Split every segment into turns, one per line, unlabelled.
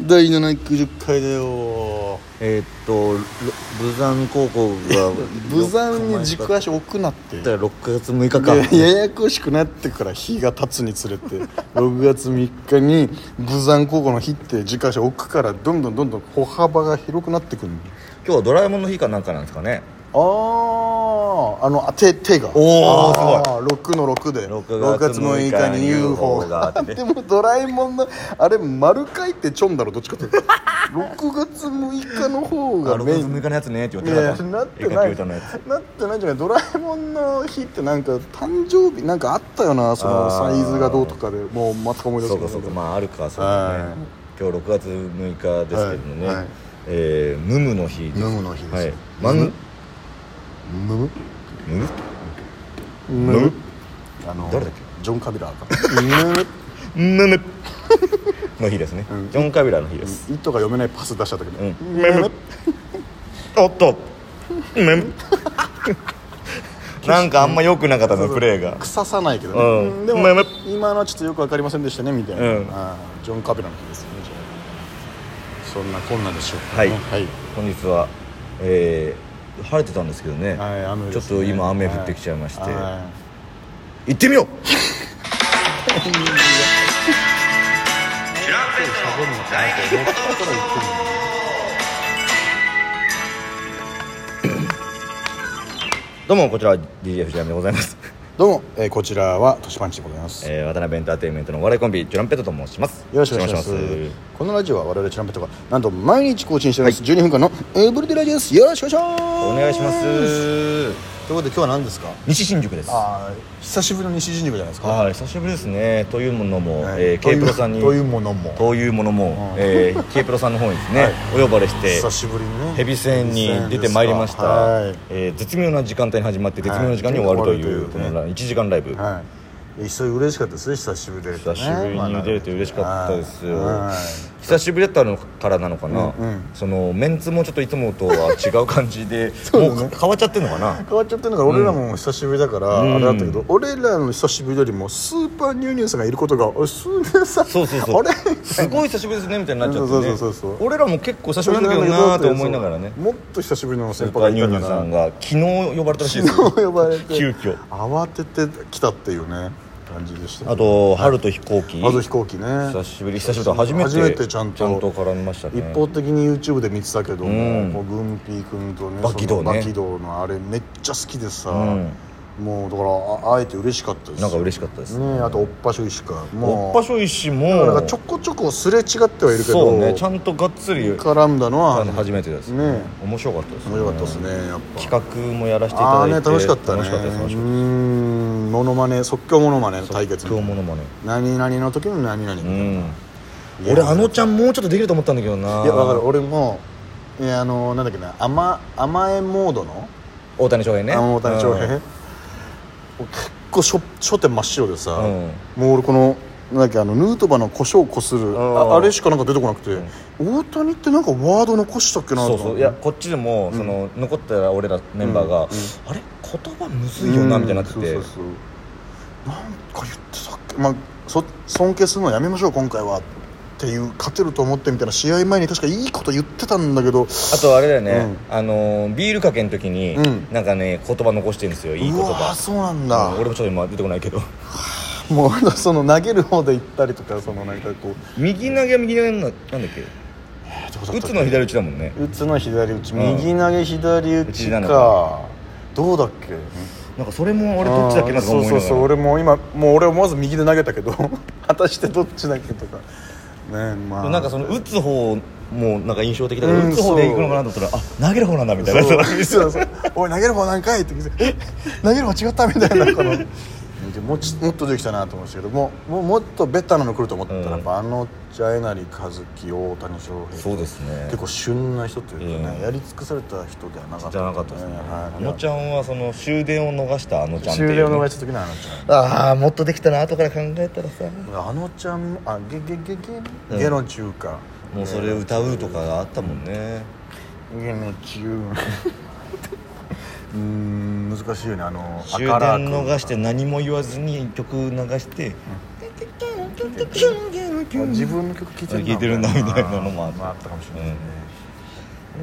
第790回だよ
えーっとろ武山高校 が
無残に軸
だっ
足置くなって
たら6月6日か
でややこしくなってから日が経つにつれ て6月3日に武山高校の日って軸足置くからどんどんどんどん歩幅が広くなってくるの
今日はドラえもんの日かなんかなんですかね
あああのあ手手が
おー
すごい6の6で
6
6月6日に UFO が
があって
で
ね
もドラえもんのあれ丸書いてちょんだろどっちかって いうと6月6日の方
あ
が
6
メイ
月
ン
6日のやつねって言っ
い
て
やいや
た
なってない
絵描き歌のやつ
なってないじゃないドラえもんの日ってなんか誕生日なんかあったよなその
あ
サ
ー
イズがどうとかでもう全く思い出せ
そ
な
う
い
かそうかまああるかそうだ
は
ね今日6月6日ですけどもね、
はいはい
えームムの日です
ムムの日です
はいマン
むむ
ムム
む
む
あの
誰だっけ
ジョン・カビラーかむむ
ムムの日ですね、ジョン・カビラの日です、
「い」とか読めないパス出しちゃったけど
うん
むむ
おっとめ んなんかあんま良くなかったのプレーが
腐さないけど
う
ね
ん
でも
むむ
今のはちょっとよくわかりませんでしたねみたいな
うん
あージョン・カビラの日ですねじゃあそんなこんなでしょうか
はい
ねはい
本日は、えー晴れてたんですけどね、
はい雨
ち
で
ょっ
すね
と今雨降ってきちゃいまして、
はいはい
行ってみよう
喋るのかなって思ったから言ってるのに
どうもこちらは DJ 藤山でございます、
どうも、えーこちらはトシパンチでございます、
えー渡辺エンターテインメントのお笑いコンビチュランペットと申します
よろしくお願いします
お願いし
このラジオは我々チュランペットがなんと毎日更新しております、12分間のエブリデイラジオですよろしくお願いします
お願いします
ということで今日は何ですか
西新宿です
あー久しぶりの西新宿じゃないですか
はい久しぶりですねというものも、
はい
えー、
とい
K
う
プロさんに
というものも
というものも、えー、K プロさんの方にですね、
はい
お呼ばれして
久しぶりにね
ヘビ戦に出てまいりました、
はい
えー絶妙な時間帯に始まって絶妙な時間に終わるという、
はい
この1時間ライブ、
はい一緒に嬉しかったですね久しぶりで、ね、
久しぶりに出れて嬉しかったですよ、
はい
久しぶりだったのからなのかな、
うんうん
そのメンツもちょっといつもとは違う感 じで
うだね
もう変わっちゃってるのかな
変わっちゃってるのが俺らも久しぶりだから、
うん
あれだったけど俺らの久しぶりよりもスーパーニューニューさんがいることがあスーパーさん
そうそうそう
あれ
すごい久しぶりですねみたいになっちゃって
そ
ね
うそうそうそう
俺らも結構久しぶりなんだけどなーと思いながらね
もっと久しぶりの先
先
輩が
輩
い
ニューニューさんが昨日呼ばれたらしいですよ
昨日呼ばれて
急遽
慌てて来たっていうね感じでした
あと春と飛行機
まず飛行機ね
久しぶり久しぶりだ初めて
初めてちゃんと
絡みましたね
一方的に YouTube で見てたけども、
うん
こうグンピー君とね
バキドーね
そのバキドーのあれめっちゃ好きでさ、
ん
もうだからあ会えて嬉しかったです
なんか嬉しかったですね
ねあとおっぱしょいしか
お
も
っ
う
ぱしょいしも
なんかちょこちょこすれ違ってはいるけど
そうねちゃんとがっつり
絡んだの
あ
は
の初めてです
ね
面白かったですね
面白かったですねやっぱ
企画もやらせてい
あ
た
あ
だいて
ね楽しかったね
楽しかったです楽し
う
かっ
んモノマネ即興モノマネの
た
対決
即興ものもね
何々の時の何々、
う
い
ん俺あのちゃんもうちょっとできると思ったんだけどな
やわかる俺もいやあのなんだっけな甘甘えモードの
大谷翔平ね
あの大谷翔平、
うん
結構しょ初手真っ白でさ、
うん
もう俺このなんだっけあのヌートバーの胡椒をこする
ん
ああれしかなんか出てこなくて、大谷ってなんかワード残したっけなと
そ
思って
うそういやこっちでもその残った俺らメンバーがあれ言葉むずいよなみたいになってて
うんそうそうそうなんか言ってたっけ、まあ、そ尊敬するのやめましょう今回はっていう勝てると思ってみたいな試合前に確かいいこと言ってたんだけど
あとあれだよね、あのービールかけの時に、
うん
なんかね言葉残してるんですよいい言
うわ
葉
ーそうなんだ、
うん俺もちょっと今出てこないけど
もう俺のその投げる方で行ったりとかそのなんかこう
右投げは右投げななんだっ
えどうだったっ
け
け
打つのは左打ちだもんね
打つの左打ち
うん
右投げ左打
打
ち
ち
か
なの
どうだっけ
なんかそれも俺どっちだっけな
あー
とか思いなが
そう
ら
そうそう俺も今もう俺はまず右で投げたけど 果たしてどっちだっけとかねえまあ
なんかその打つ方もなんか印象的だから、
うん
打つ方でいくのかなと思ったらあ投げる方なんだみたいな
そう
そう
そうそうおい投げる方何回って聞いてえ投げる方違ったみた いなこのもうちもっとできたなと思うんですけどももうもっとベタなの来ると思ったら、
うん
やっぱあのジャエナリ和樹大谷翔平
そうですね
結構旬な人というかね、
うん
やり尽くされた人ではなかった、
じゃなかったですね、
はい、
あのちゃんはその終電を逃したあのちゃんって
終
いう、
了の終わした時のあのち
ああもっとできたな後から考えたらさ
ゃんあのちゃんもあゲゲゲゲ、
うん
ゲの中華
もうそれ歌うとかがあったもんね、
ゲの中うーん難しいよねあの
終電
赤らーくん
逃して何も言わずに曲流して「ピュン
自分の曲聴いてる
聴いてるんだみたいなのもあ
あー
って
まああったかもしれないです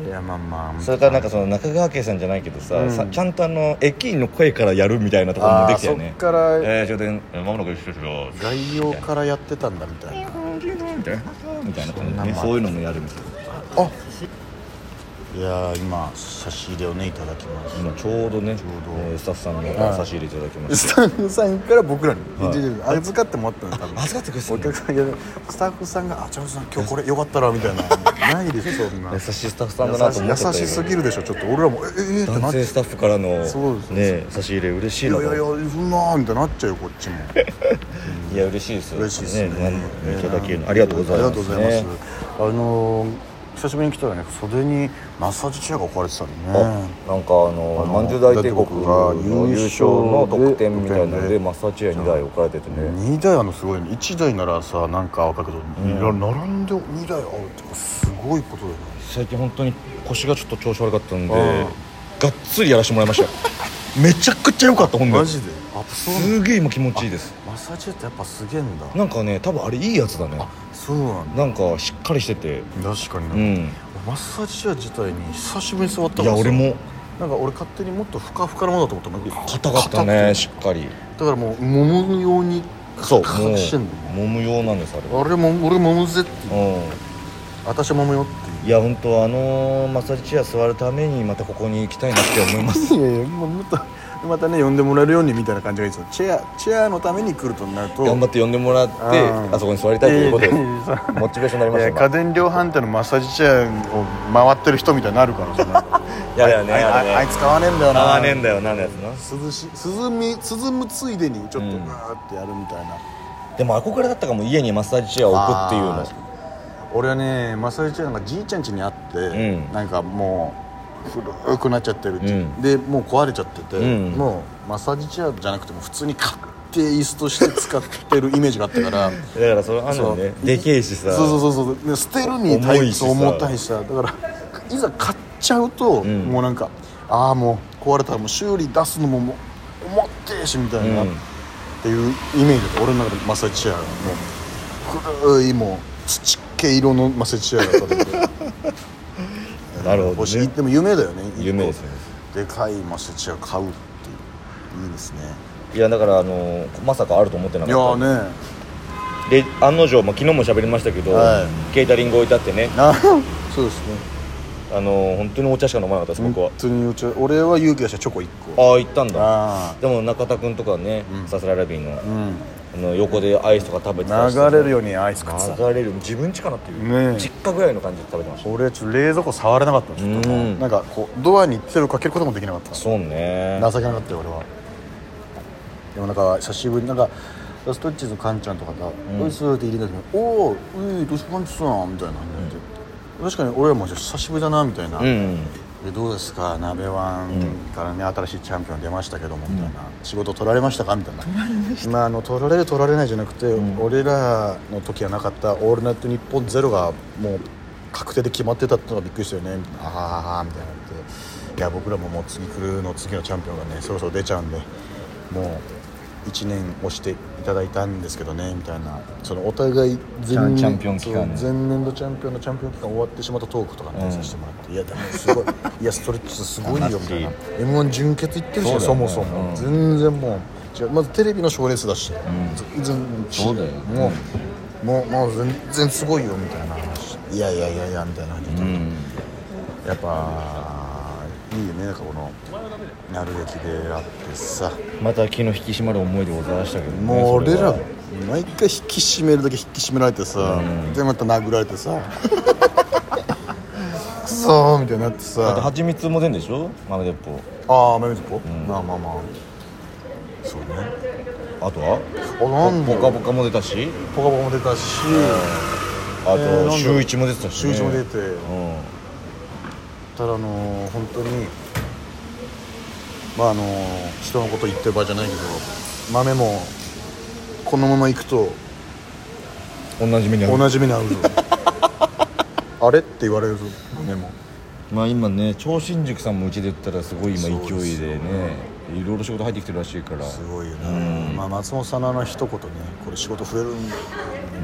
ね、いやまあまあ
それからなんかその中川家さんじゃないけどさ,、
うん
さちゃんとあの駅員の声からやるみたいなところも
あ
で
ー
きたよ
そっ
ね
から
えー、ちょうどまもなく一緒ですよ
概要からやってたんだみたいな
みたいなみたいな感
そんな
じで、
もんあ
ね、
る
そういうのもやるみたい
あいやー今差し入れをねいただきま
な今
し
ちょうどね
ちょうど
えースタッフさん
は
の
い
差し入れいただきま
た
し
スタッフさんから僕らに
はい
で預かってもらったの多
た預かってくれて
分
た
お
んだ
客さんいやスタッフさんが「あちゃんさん今日これよかったら」みたい なないでしょそんな
優しいスタッフさんだなと思ってた
優しすぎるでしょちょっと俺らも「えええーってなっ
男
ちゃ
性スタッフからの
そうです
ね差し入れ嬉しいな
う「いやいやいや
と
そんな」みたいになっちゃうよこっちも
いや嬉しいですよ
嬉しいですね
なんいただけるのありがとうございます、ね、
ありがとうございますあのー久しぶりに来たらね袖にマッサージチェアが置かれてたんでね
なんかあのまんじゅう大帝国が優勝の得点みたいなのでマッサージ屋2台置かれててね
2台あるのすごいね1台ならさなんか赤けど、いや並んで2台あるってこれすごいことだよね
最近本当に腰がちょっと調子悪かったんで
あ
がっつりやらせてもらいましたよめちゃくちゃ良かったほんで
マ
す
ジであそうなんだ
げえ今気持ちいいです
マッサージってやっぱすげえんだ
なんかね多分あれいいやつだね
そうなんだ
なんかしっかりしてて
確かにな、
うん
マッサージチェア自体に久しぶりに座った
い
から
や
さ
俺も
なんか俺勝手にもっとふかふかなものだと思ったなん
硬かったねしっかり
だからもう揉むように
そうもう
隠してんの
揉む用なんですあれは
あれも俺揉むぜって
うん
私揉むよって
いや本当あのマッサージチェア座るためにまたここに行きたいなって思いま す
いやいやもうもっとまたね呼んでもらえるようにみたいな感じがいいですよチェアチェアのために来るとなると
頑張って呼んでもらって
うん
あそこに座りたいということで
いやいやいや
モチベーションになりま
い
した
や
今
家電量販店のマッサージチェアを回ってる人みたいになるからさ
いやだよね
あい
あれね
ああいつ買わねえんだよな
ああねえんだよなのやつな
涼し涼み涼むついでにちょっと
うん
ガーってやるみたいな、
でも憧れだったかも家にマッサージチェアを置くっていうの
あー俺はねマッサージチェアなんかじいちゃん家にあって、
うん
なんかもう古くなっちゃってるって、
うん
でもう壊れちゃってて、
うん
もうマッサージチェアじゃなくても普通に買って椅子として使ってるイメージがあった から
だからそれあんのねでけえしさ
そうそうそうそうで捨てるに対
重いし
して
さ
重たいしさだからいざ買っちゃうと、
ん
もうなんかああもう壊れたらもう修理出すのももう重ってえしみたいな、
うん
っていうイメージだった俺の中でマッサージチェアがもう古いもう土系色のマッサージチェアだったんだけど
なるほどね
欲しいでも夢だよね
夢ですね
でかいマッサージチェア買うっていういいですね
いやだからあのまさかあると思ってないか
や
った
ーね
で案の定、まあ、昨日も喋りましたけど、
は
ケータリング置いてあってね
あ そうですね
あの本当にお茶しか飲まなかったです僕は
本当にうち俺は勇気出してチョコ1個
ああ行ったんだ
ああ
でも中田君とかね、さすらラビーの,、
うん
あの横でアイスとか食べてたし
流れるようにアイス食ってた
流れる自分家かなっていう、
ねえ
実家ぐらいの感じで食べてました
俺ちょっと冷蔵庫触れなかったのちょっともう
うん
なんかこうドアに手をかけることもできなかった
そうね
情けなかったよ俺はでもなんか久しぶりになんかストッチーズのカンちゃんとかが「おいっす」って入れた時に「おおいいどうしパンチさん」みたいな感じで、確かに俺らも久しぶりだなみたいな、
うんうん
でどうですか鍋ワンからね新しいチャンピオン出ましたけどもみたいな、仕事取られましたかみたいなまああの取られる取られないじゃなくて、俺らの時はなかった「オールナイトニッポンゼロがもう確定で決まってたってのがびっくりしたよねみたいな「ああ」みたいな言って「いや僕らももう次来るの次のチャンピオンがねそろそろ出ちゃうんでもう1年押していただいたんですけどね」みたいなそのお互い
チャン
前
チャンピオン期間ね
前年度チャンピオンのチャンピオン期間終わってしまったトークとかね、
うん
させてもらって「いやでもすごいいやストレッチすごいよ」みたいな
楽
「m 1準決いってるしそ,、
そうだよね
もそも、
うん
全然もう違うまずテレビの賞レースだし、全然違
そうだよね
もうもうもう全然すごいよみたいな話「いやいやいやいや」みたいな感じで、
うん
やっぱいいよねなんかこのなるべきであってさ
また気の引き締まる思いでございましたけど、ね、
もう
そ
俺
れ
ら
は
毎回引き締めるだけ引き締められてさ、でまた殴られて さくそーみたいになって
だって
さ
蜂蜜も出んでしょ豆鉄砲
ああめめずこ、まあまあまあそうね
あとは
あなんだ
ぽかぽかも出たし
ぽかぽかも出たし
あ
えーなん
と
だ
週一も出てたし、
シューイチも出て
うん
ただあのー、本当にまああのー、人のこと言ってる場合じゃないけど豆もこのまま行くと
同じ目にある
同じ目に 遭うぞあれって言われるぞ豆も
まあ今ね超新塾さんもうちで言ったらすごい今
そうで
勢い
すよ
でねいろいろ仕事入ってきてるらしいから
すごいよな、まあ、松本さんのあの一言ねこれ仕事増えるんに
ね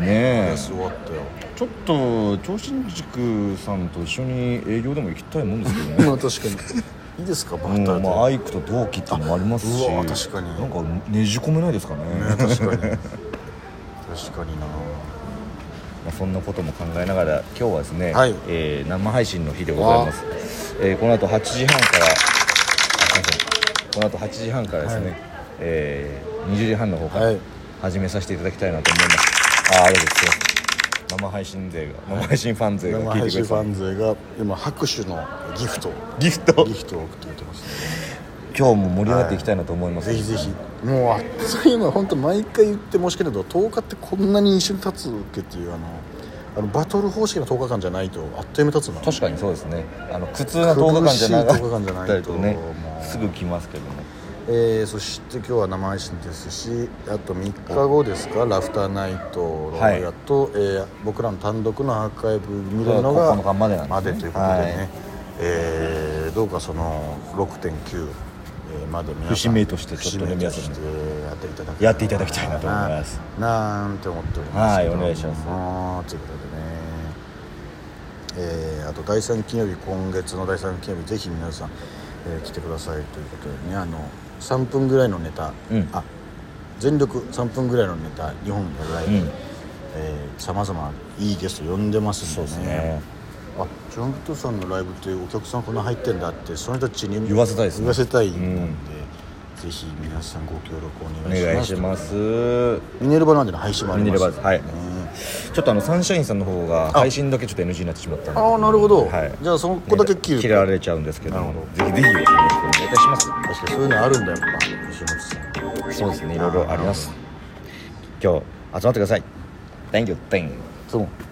え
レース終わったよ
ちょっと超新塾さんと一緒に営業でも行きたい もんですけどね
まあ確かに いいですかバ
う
ッター
ん
で、
まあ、アイクと同期っていうのもありますし
あうわ確かに
なんかねじ込めないですかね
ね確かに確かにな
まあ、そんなことも考えながら今日はですね、
はい
えー生配信の日でございます、えーこの後8時半からあすいませんこの後8時半からですね、
はい
えー20時半の方か
は
ら
い
始めさせていただきたいなと思います、あーありがとうございます生配信勢が生配信ファン勢が
生
聞
配
いてく
信
れ
フ
て
ァ
た
ン勢が今拍手のギフトを
ギフト
ギフトを送ってくれてますね
今日も盛り上がっていきたいなと思います、
ぜひぜひもうあっという間本当毎回言って申し訳ないけど10日ってこんなに一緒に立つっけっていうあのあのバトル方式の10日間じゃないとあっという間に立つな
確かにそうですねあの苦痛な動画間じゃな
苦しい10日間じゃ
か
な
っ
い
た
と
りとね
もう
すぐ来ますけども
えーそして今日は生配信ですしあと3日後ですかラフターナイトローヤと、えー僕らの単独のアーカイブ見れるのが
9日までなんですね
ということでね、
はい
えーどうかその6.9えーまで皆さん
節目としてちょっとね
節目としてやっていただけ
やっていただきたいなと思います
ななんて思っておりますけども
はいお願いします
あーということでねえーあと第3金曜日今月の第3金曜日ぜひ皆さん、えー来てくださいということでねあの3分ぐらいのネタ、
うん
あ全力3分ぐらいのネタ2本ぐらい
うん
さまざまいいゲスト呼んでます
そうんで
ですね
ね
あジョン・フットさんのライブってお客さんこんな入ってんだってその人たちに
言わせたいですね
言わせたいんで、ぜひ皆さんご協力お
お
願いします
願いします
ミネルバなんでの配信もあり
ミネ
ま
ル
す
バーズはい、ちょっとあのサンシャインさんの方が配信だけちょっと NG になってしまったんで
ああなるほど、
はい
じゃあそこだけ切る
切られちゃうんですけども
なるほ
ぜひぜひよろしくお願いいたします
確かにそういうのあるんだやっぱ吉本さん
そうですねいろいろあります今日集まってください Thank you, thank you
そう